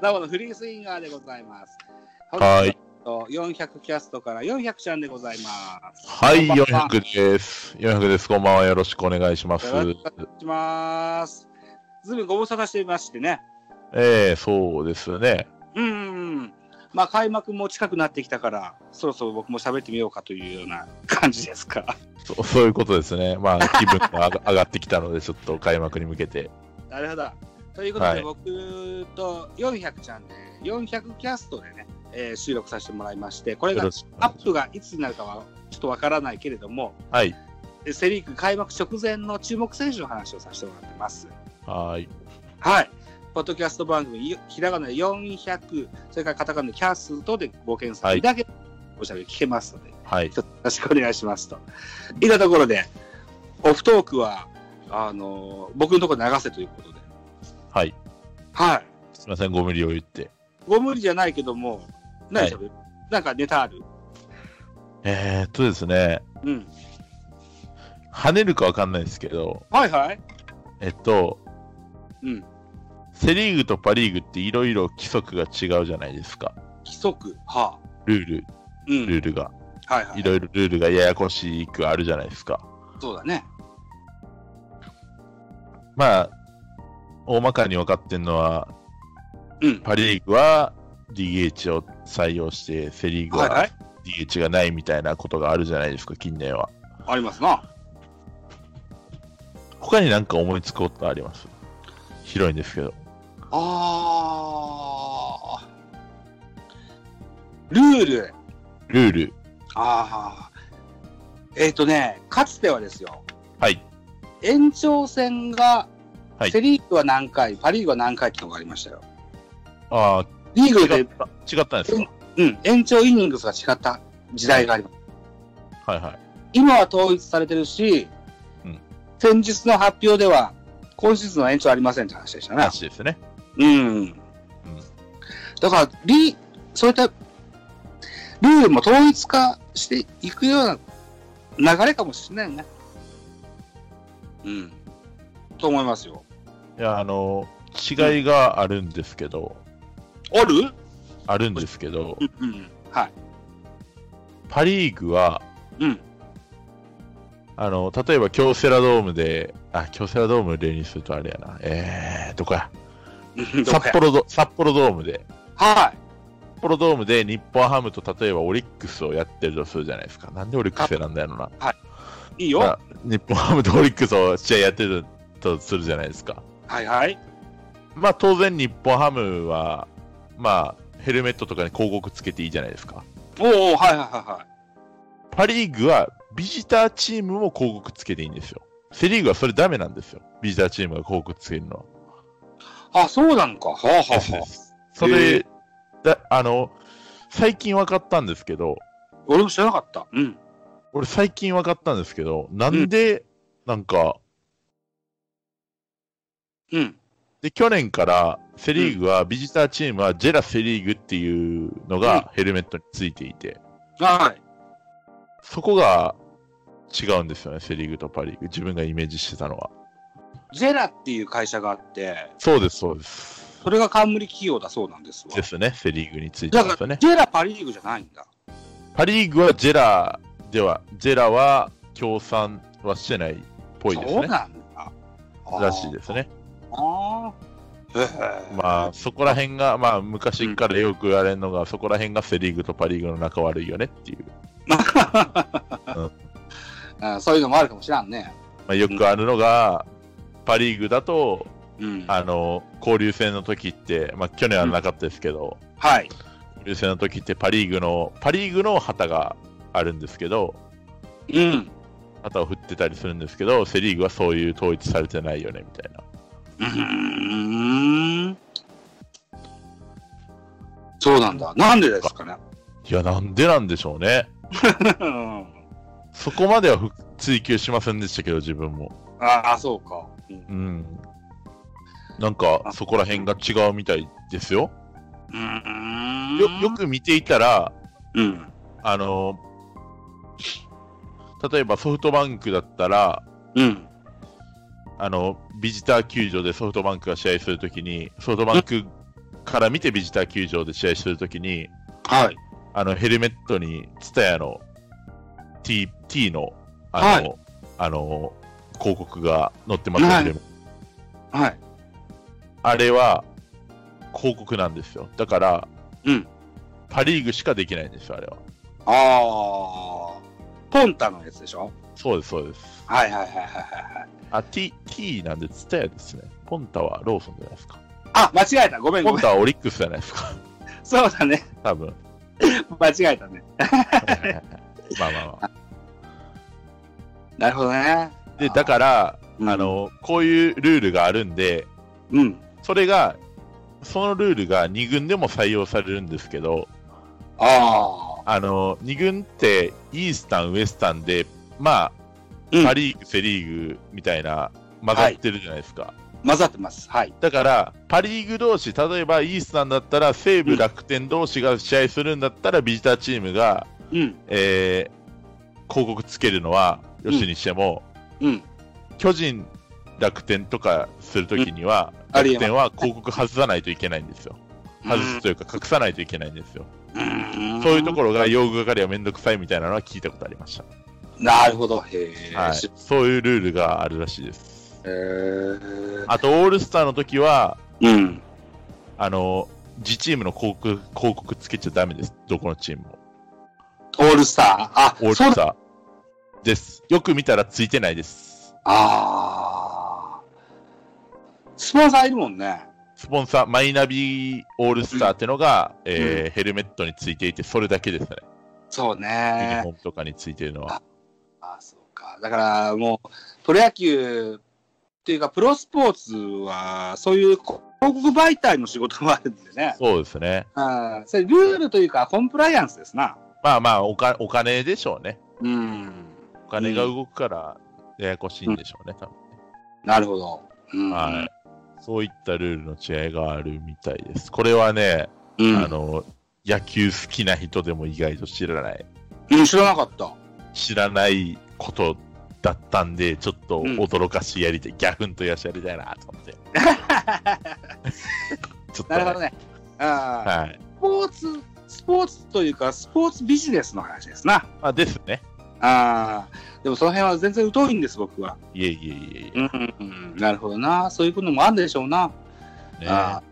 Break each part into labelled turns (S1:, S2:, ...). S1: ラボのフリースインガーでございます。
S2: はい。
S1: 本日の400キャストから400ちゃんでございます。
S2: はい、
S1: こんばんは
S2: 400です。400です。こんばんは。よろしくお願いします。
S1: よろしくお願いします。ずいぶんご無沙汰していましてね。
S2: ええそうですね。
S1: うんうんうん。まあ開幕も近くなってきたから、そろそろ僕も喋ってみようかというような感じですか。
S2: そそういうことですね。まあ、気分が 上が上がってきたので、ちょっと開幕に向けて。
S1: なるほど。ということで、
S2: はい
S1: 僕と400ちゃんで、400キャストでね、えー収録させてもらいまして、これ
S2: よ
S1: が
S2: ろしく
S1: アップがいつになるかはちょっとわからないけれども、
S2: はい。
S1: セ・リーグ開幕直前の注目選手の話をさせてもらってます。
S2: はい。
S1: はい。ポッドキャスト番組、いひらがなで400、それからカタカナでキャストでご検索いただけ、おしゃべり聞けますので、よ
S2: はい。
S1: ろしくお願いしますと。いったところで、オフトークは、あのー僕のところ流せということで。
S2: はい。
S1: はい。
S2: すみません、ご無理を言って。
S1: ご無理じゃないけども、何しゃべる、なんかネタある
S2: えー、っとですね。
S1: うん。
S2: 跳ねるかわかんないですけど、
S1: はいはい。
S2: えっと、
S1: うん。
S2: セリーグとパリーグっていろいろ規則が違うじゃないですか。
S1: 規則。はあ。
S2: ルール、
S1: うん。
S2: ルールが。
S1: はいはいい。
S2: ろいろルールがややこしくあるじゃないですか。
S1: そうだね。
S2: まあ、大まかに分かってんのは、
S1: うん。
S2: パ・リーグは DH を採用して、セ・リーグ
S1: はいは。
S2: はい DH がないみたいなことがあるじゃないですか、近年は。
S1: ありますな。
S2: 他になんか思いつくことあります広いんですけど。
S1: ああ。ルール。
S2: ルール。
S1: ああ。えっ、とね、かつてはですよ、
S2: はい。
S1: 延長戦が、
S2: はい
S1: セ・リーグは何回、パ・リーグは何回ってのがありましたよ。
S2: ああ、
S1: リーグ
S2: 違
S1: で
S2: っ、た。違ったんですか
S1: うん、延長イニングスが違った時代があります。
S2: はいはい。
S1: 今は統一されてるし、
S2: うん
S1: 先日の発表では、今シーズンは延長ありませんって話でしたね。
S2: 話ですね。
S1: うん。だから、リ、そういった、ルールも統一化していくような流れかもしれないね。うん。と思いますよ。
S2: いや、あの、違いがあるんですけど、
S1: ある
S2: あるんですけど
S1: う、んうん。はい。
S2: パ・リーグは、
S1: うん。
S2: あの、例えば京セラドームで、あ、京セラドームを例にするとあれやな。えー、どこや。
S1: うん
S2: 札。幌ド、札幌ドームで。
S1: はい。
S2: 札幌ドームで日本ハムと例えばオリックスをやってるとするじゃないですか。なんでオリックス選んだやろな。
S1: いいよ。は
S2: あ日本ハムとオリックスを試合やってるとするじゃないですか。
S1: いはい。
S2: まあ当然日本ハムは、まあヘルメットとかに広告つけていいじゃないですか。
S1: おうおうはいはいはいはい。
S2: パリーグはビジターチームも広告つけていいんですよ。セリーグはそれダメなんですよ。ビジターチームが広告つけるのは。
S1: あ、そうなのか。はあはあ
S2: そ
S1: は
S2: うで
S1: あ。
S2: そ
S1: へ
S2: れ、
S1: え
S2: だあの、最近分かったんですけど、
S1: 俺も知らなかった。うん。
S2: 俺最近分かったんですけど、なんで、なんか、
S1: うん。
S2: で、去年からセリーグは、ビジターチームはジェラセリーグっていうのがヘルメットについていて、
S1: はい。
S2: そこが違うんですよね、セリーグとパリーグ。自分がイメージしてたのは。
S1: ジェラっていう会社があって、
S2: そうです、そうです。
S1: それが冠企業だそうなんですわ
S2: で。すね、セリーグについて
S1: だ
S2: です
S1: か
S2: よ
S1: ら、
S2: ね。
S1: ジェラパリーグじゃないんだ。
S2: パリーグはジェラでは、ジェラは協賛はしてないっぽいです
S1: そう
S2: ね。
S1: なんだ。
S2: らしいですね。
S1: ああ。へえ
S2: まあ、そこら辺が、まあ、昔からよく言われるのが、そこら辺がセ・リーグとパ・リーグの仲悪いよねっていう、
S1: あ。そういうのもあるかもしらんね。
S2: まあ、よくあるのが、パ・リーグだと、
S1: うん。
S2: あの、交流戦の時って、まあ、去年はなかったですけど、
S1: はい。
S2: 交流戦の時ってパ・リーグの、パ・リーグの旗があるんですけど、
S1: うん。
S2: 旗を振ってたりするんですけど、セ・リーグはそういう統一されてないよねみたいな。
S1: うーん。そうなんだ。なんでです かね。
S2: いや、なんでなんでしょうね。
S1: うん
S2: そこまではふ追求しませんでしたけど、自分も。
S1: ああ、そうか。うん
S2: うん。なんか、そこら辺が違うみたいですよ。
S1: うーん。
S2: よよく見ていたら、
S1: うん。
S2: あの、例えばソフトバンクだったら、
S1: うん。
S2: あの、ビジター球場でソフトバンクが試合するときに、ソフトバンクから見てビジター球場で試合するときに、
S1: はい。
S2: あのヘルメットにツタヤの T, T のあの、
S1: はい
S2: あの広告が載ってますよ、
S1: はい
S2: でも
S1: はい。
S2: あれは広告なんですよ。だから、
S1: うん
S2: パ・リーグしかできないんですよ、あれは。
S1: あー。ポンタのやつでしょ
S2: そうです、そうです。
S1: はいはいはいはいはいはい。
S2: あ、T, T なんでツタヤですね。ポンタはローソンじゃないですか。
S1: あ、間違えた。ごめんご
S2: ポ
S1: めん。
S2: ンタはオリックスじゃないですか。
S1: そうだね。
S2: 多 分。
S1: 間違えたね。
S2: はいはいはいまあまあまあ。
S1: なるほどね。
S2: で、だから、
S1: うん
S2: あ、の、こういうルールがあるんで、
S1: うん。
S2: それが、そのルールが2軍でも採用されるんですけど、
S1: あ
S2: あの2軍ってイースタン、ウエスタンで、まあ、
S1: うん
S2: パ・リーグ、セ・リーグみたいな混ざってるじゃないですか、
S1: ー。混ざってます。はい。
S2: だからパ・リーグ同士、例えばイースタンだったら西
S1: う
S2: 武、
S1: ん
S2: 楽天同士が試合するんだったら、ビジターチームが、
S1: うん。
S2: えー広告つけるのはよしにしても、
S1: うん。
S2: 巨人、楽天とかするときには、
S1: うんありえ
S2: 楽
S1: ます
S2: 天は広告外さないといけないんですよ。外すというか隠さないといけないんですよ。
S1: うん
S2: そういうところが用具係はめんどくさいみたいなのは聞いたことありました。
S1: なるほど。へえ。
S2: はい、
S1: し
S2: そういうルールがあるらしいです。
S1: へー
S2: あと、オールスターの時は、
S1: うん。
S2: あの、自チームの広告、広告つけちゃダメです。どこのチームも。
S1: オールスター。あ、
S2: オール
S1: そう
S2: ス
S1: だ。
S2: ターです。よく見たらついてないです。
S1: あー。スポンサーいるもんね。
S2: スポンサー、マイナビオールスターってのが、えーヘルメットについていて、それだけですね。
S1: そう
S2: ユニ
S1: ね
S2: フォ。ームとかについてるのは。
S1: あそうか。だからもう、プロ野球っていうか、プロスポーツは、そういう広告媒体の仕事もあるんでね。
S2: そうですね。
S1: あそれルールというか、コンプライアンスですな。
S2: まあまあおか、お金でしょうね。
S1: うん。
S2: お金が動くから、ややこしいんでしょうね、多分。
S1: なるほど。うん。
S2: はい。そういったルールの違いがあるみたいです。これはね、
S1: うん、
S2: あの、野球好きな人でも意外と知らない、
S1: うん知らなかった。
S2: 知らないことだったんで、ちょっと
S1: うん
S2: 驚かしいやりたい、ギャフンとやしやりたいな と思って。ちょっと
S1: な
S2: ね、
S1: るほどね。ああ
S2: はい。
S1: スポーツ、スポーツというか、スポーツビジネスの話ですな。
S2: まあ、ですね。
S1: ああ、でもその辺は全然疎いんです、僕は。
S2: いえいえいえいえ、
S1: ん、なるほどな。そういうこともあるんでしょうな。
S2: ね。
S1: あ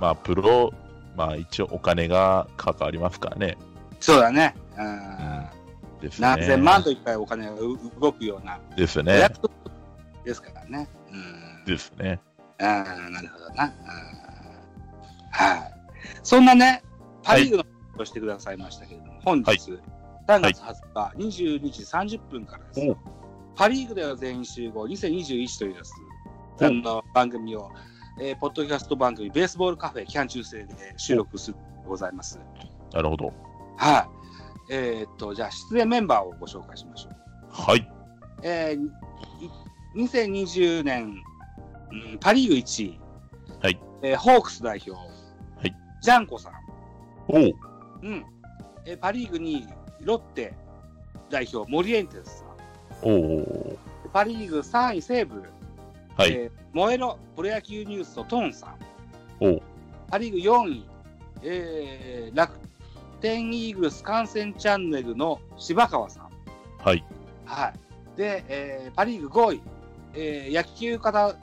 S2: まあ、プロ、まあ、一応お金が関わりますからね。
S1: そうだね。う
S2: うんん。ですね。
S1: 何千万といっぱいお金がう動くような
S2: です
S1: 予
S2: ね。
S1: 約ですからね。うん。
S2: ですね。
S1: ああ、なるほどな。うんはい。そんなね、パ・リーグの話をしてくださいましたけれども、本日、
S2: はい
S1: 3月20日、22時30分からです
S2: おう。
S1: パ・リーグでは全員集合2021というです、この番組を、えーポッドキャスト番組、ベースボールカフェ、キャン中世で収録するでございます。
S2: なるほど。
S1: はい。えーっと、じゃあ、出演メンバーをご紹介しましょう。
S2: はい。
S1: えーい2020年、うんパ・リーグ1位、
S2: はい
S1: えーホークス代表、
S2: い
S1: ジャンコさん、
S2: おう。
S1: うんえーパ・リーグ2位、ロッテ代表、モリエンテスさん、
S2: おう。
S1: パ・リーグ3位、西武、
S2: はい。
S1: えー燃えろプロ野球ニュースのトンさん、
S2: おう。
S1: パ・リーグ4位、えー楽天イーグルス観戦チャンネルの柴川さん、
S2: はい。
S1: はい。で、えーパ・リーグ5位、えー野球かた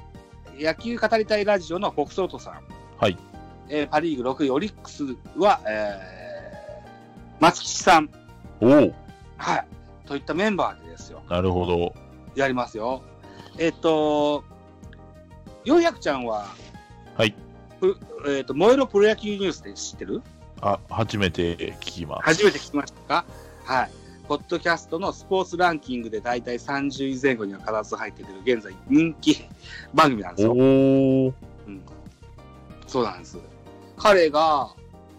S1: 野球語りたいラジオの北総トさん。
S2: はい。
S1: えーパ・リーグ6位、オリックスは、えー松吉さん。
S2: おう。
S1: はい。といったメンバーでですよ。
S2: なるほど。
S1: やりますよ。えっ、と、400ちゃんは、
S2: はい。
S1: ふえっ、と、燃えろプロ野球ニュースで知ってる
S2: あ、初めて聞きます。
S1: 初めて聞きましたかはい。ポッドキャストのスポーツランキングで大体30位前後には必ず入ってくる現在人気番組なんですよ。
S2: おお。
S1: うん、そうなんです。彼が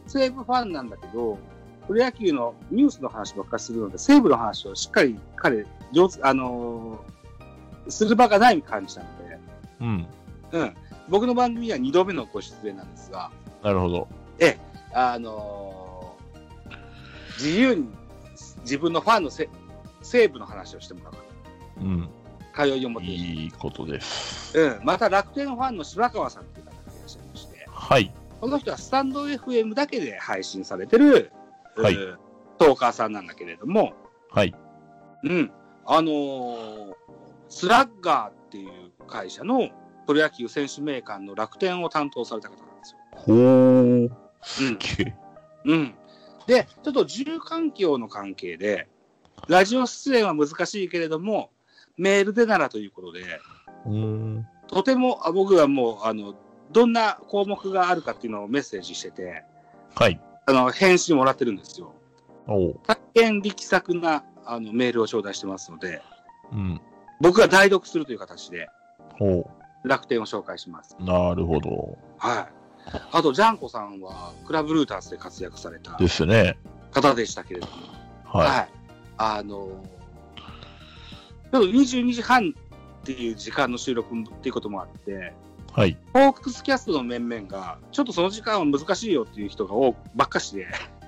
S1: 西武ファンなんだけど、プロ野球のニュースの話ばっかりするので、西武の話をしっかり彼、上手、あのーする場がない感じなので、
S2: うん。
S1: うん、僕の番組には2度目のご出演なんですが、
S2: なるほど。
S1: あのー自由に自分のファンのせ西武の話をしてもらう
S2: うん。
S1: 通いを持って、
S2: いいことです。
S1: うん、また楽天ファンの柴川さんっていう方がいらっしゃいまして、
S2: はい。
S1: この人はスタンド FM だけで配信されてる、
S2: はい
S1: えートーカーさんなんだけれども、
S2: はい。
S1: うん、あのースラッガーっていう会社のプロ野球選手メーカーの楽天を担当された方なんですよ。
S2: ほー。
S1: うん
S2: すげえ。
S1: うん、でちょっと住環境の関係でラジオ出演は難しいけれどもメールでならということで
S2: うーん。
S1: とてもあ僕はもうあのどんな項目があるかっていうのをメッセージしてて
S2: はい。
S1: あの返信もらってるんですよ。
S2: おう。
S1: 大変力作なあのメールを頂戴してますので
S2: うん。
S1: 僕が代読するという形で
S2: ほ
S1: 楽天を紹介します。
S2: う。なるほど。
S1: はい、あとジャンコさんはクラブルーターズで活躍された
S2: ですね。
S1: 方でしたけれども。
S2: は
S1: はい。あのちょっと22時半っていう時間の収録っていうこともあって、
S2: い。はい。
S1: フォークスキャストの面々が、ちょっとその時間は難しいよっていう人が多くばっかしで、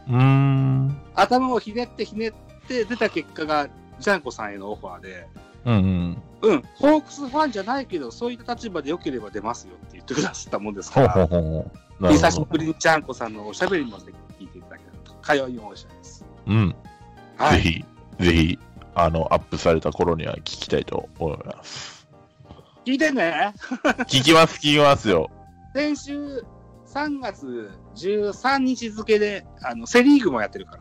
S2: うーん。
S1: 頭をひねってひねって出た結果が、ジャンコさんへのオファーで、
S2: うんう
S1: う
S2: ん。
S1: ん、ホークスファンじゃないけど、そういった立場でよければ出ますよって言ってくださったもんですか
S2: ほうほう
S1: ら、
S2: ほうほう。なる
S1: 久し
S2: ほど。
S1: ぶりにジャンコさんのおしゃべりもぜひ聞いていただけたと、かよいおしゃべりです。
S2: うん。
S1: は
S2: ぜ
S1: い。
S2: ひ、ぜひ、あの、アップされた頃には聞きたいと思います。
S1: 聞いてね。
S2: 聞きます、聞きますよ。
S1: 先週3月13日付であのセ・リーグもやってるか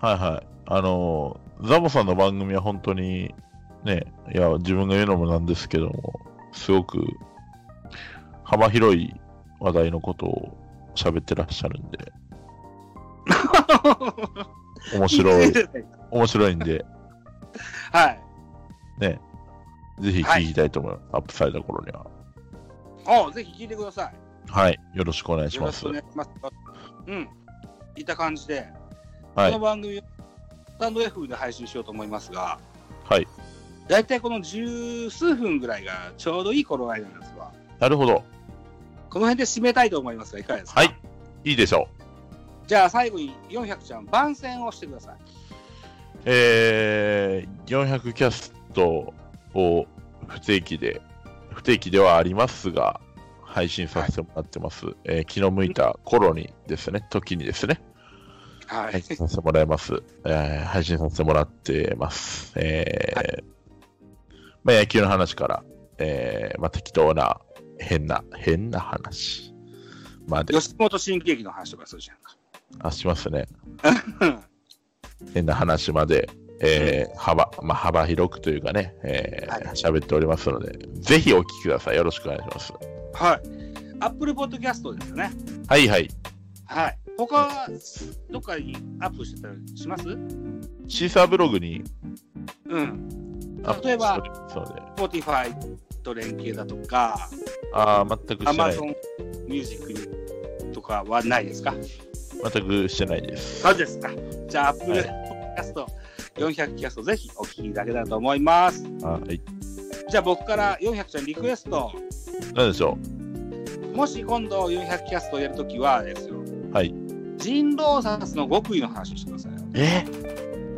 S1: ら
S2: はいはい。あの、ザボさんの番組は本当に、ね、いや、自分が言うのもなんですけども、すごく幅広い話題のことを喋ってらっしゃるんで、面 白い、面白いんで、
S1: はい
S2: ぜひ聞きたいと思います。アップされた頃には。
S1: おぜひ聞いてくださ
S2: はい。よろしくお願い
S1: い
S2: し
S1: よろ
S2: ま
S1: し
S2: す。
S1: くお願いしますうんいった感じで、
S2: はい
S1: この番組をスタンド F で配信しようと思いますが
S2: はい
S1: 大体この十数分ぐらいがちょうどいい頃合いなんですが
S2: なるほど。
S1: この辺で締めたいと思いますがいかがですか
S2: はい。いいでしょう。
S1: じゃあ最後に400ちゃん番宣をしてください
S2: えー、400キャストを不定期で、不定期ではありますが、配信させてもらってます。えー気の向いた頃にですね、時にですね、
S1: はい、
S2: 配信させてもらいます。えー配信させてもらってます。えー
S1: は
S2: まあ、野球の話から、えーまあ、適当な、変な、変な話まで、
S1: 吉本新喜劇の話とかするじゃんか
S2: あ、しま すね。
S1: うん
S2: 変な話まで、えー幅まあ、幅広くというかね、えー
S1: は
S2: 喋っておりますので、ぜひお聞きください。よろしくお願いします。
S1: はい。アップルポッドキャストですよね。
S2: はいはい。
S1: はい。他はどっかにアップしてたりします
S2: シーサーブログに
S1: うん。
S2: アップ
S1: 例えば
S2: しておりますので、
S1: Spotify と連携だとか、
S2: ああ、全くしてない。
S1: Amazon Music とかはないですか
S2: 全くしてないです。
S1: そうですか。じゃあ、アップルポッドキャスト、400キャスト、ぜひお聞きいただけたらと思います。
S2: はい。
S1: じゃあ、僕から400ちゃんリクエスト。
S2: なんでしょ
S1: もし今度400キャストをやるときはですよ。
S2: はい。
S1: 人狼殺の極意の話をしてください。
S2: うえ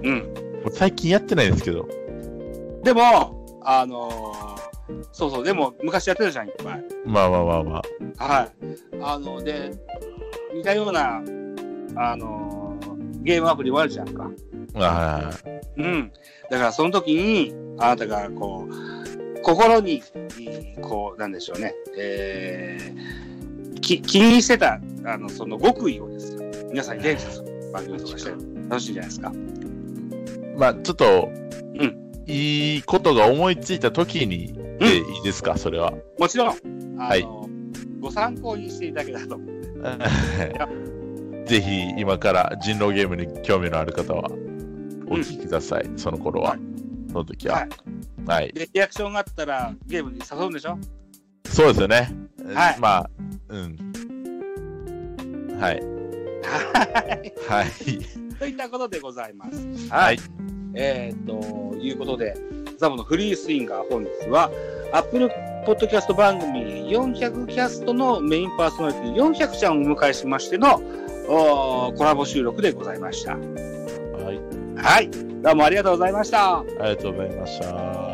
S1: うん。
S2: もう最近やってないですけど。
S1: でも、あのーそうそう、でも昔やってたじゃん、いっぱい。
S2: まあまあまあまあ。
S1: はい。あの、で、似たような、あのーゲームアプリもあるじゃんか。
S2: ああ
S1: うん。だからその時に、あなたがこう、心に、こう、なんでしょうね、えー、き気にしてた、あの、その極意をですよ。皆さんに伝授する番組とかして楽しいじゃないですか。
S2: まあ、ちょっと、
S1: ん
S2: いいことが思いついた時に、でいいですか、それは。
S1: もちろん、あの、
S2: はい
S1: ご参考にしていただけたらと思う。
S2: ぜひ今から人狼ゲームに興味のある方はお聞きください、その頃は、
S1: はい
S2: その時ははい、
S1: で、リアクションがあったらゲームに誘うんでし ょ
S2: そうですよね、
S1: はい
S2: まあうんはいはい
S1: といったことでございます。
S2: はい。
S1: えー、ということで、ザボのフリースインガー本日は、Apple Podcast 番組400キャストのメインパーソナリティ400ちゃんをお迎えしましてのおーコラボ収録でございました。
S2: はい、
S1: はい、どうもありがとうございました。
S2: ありがとうございました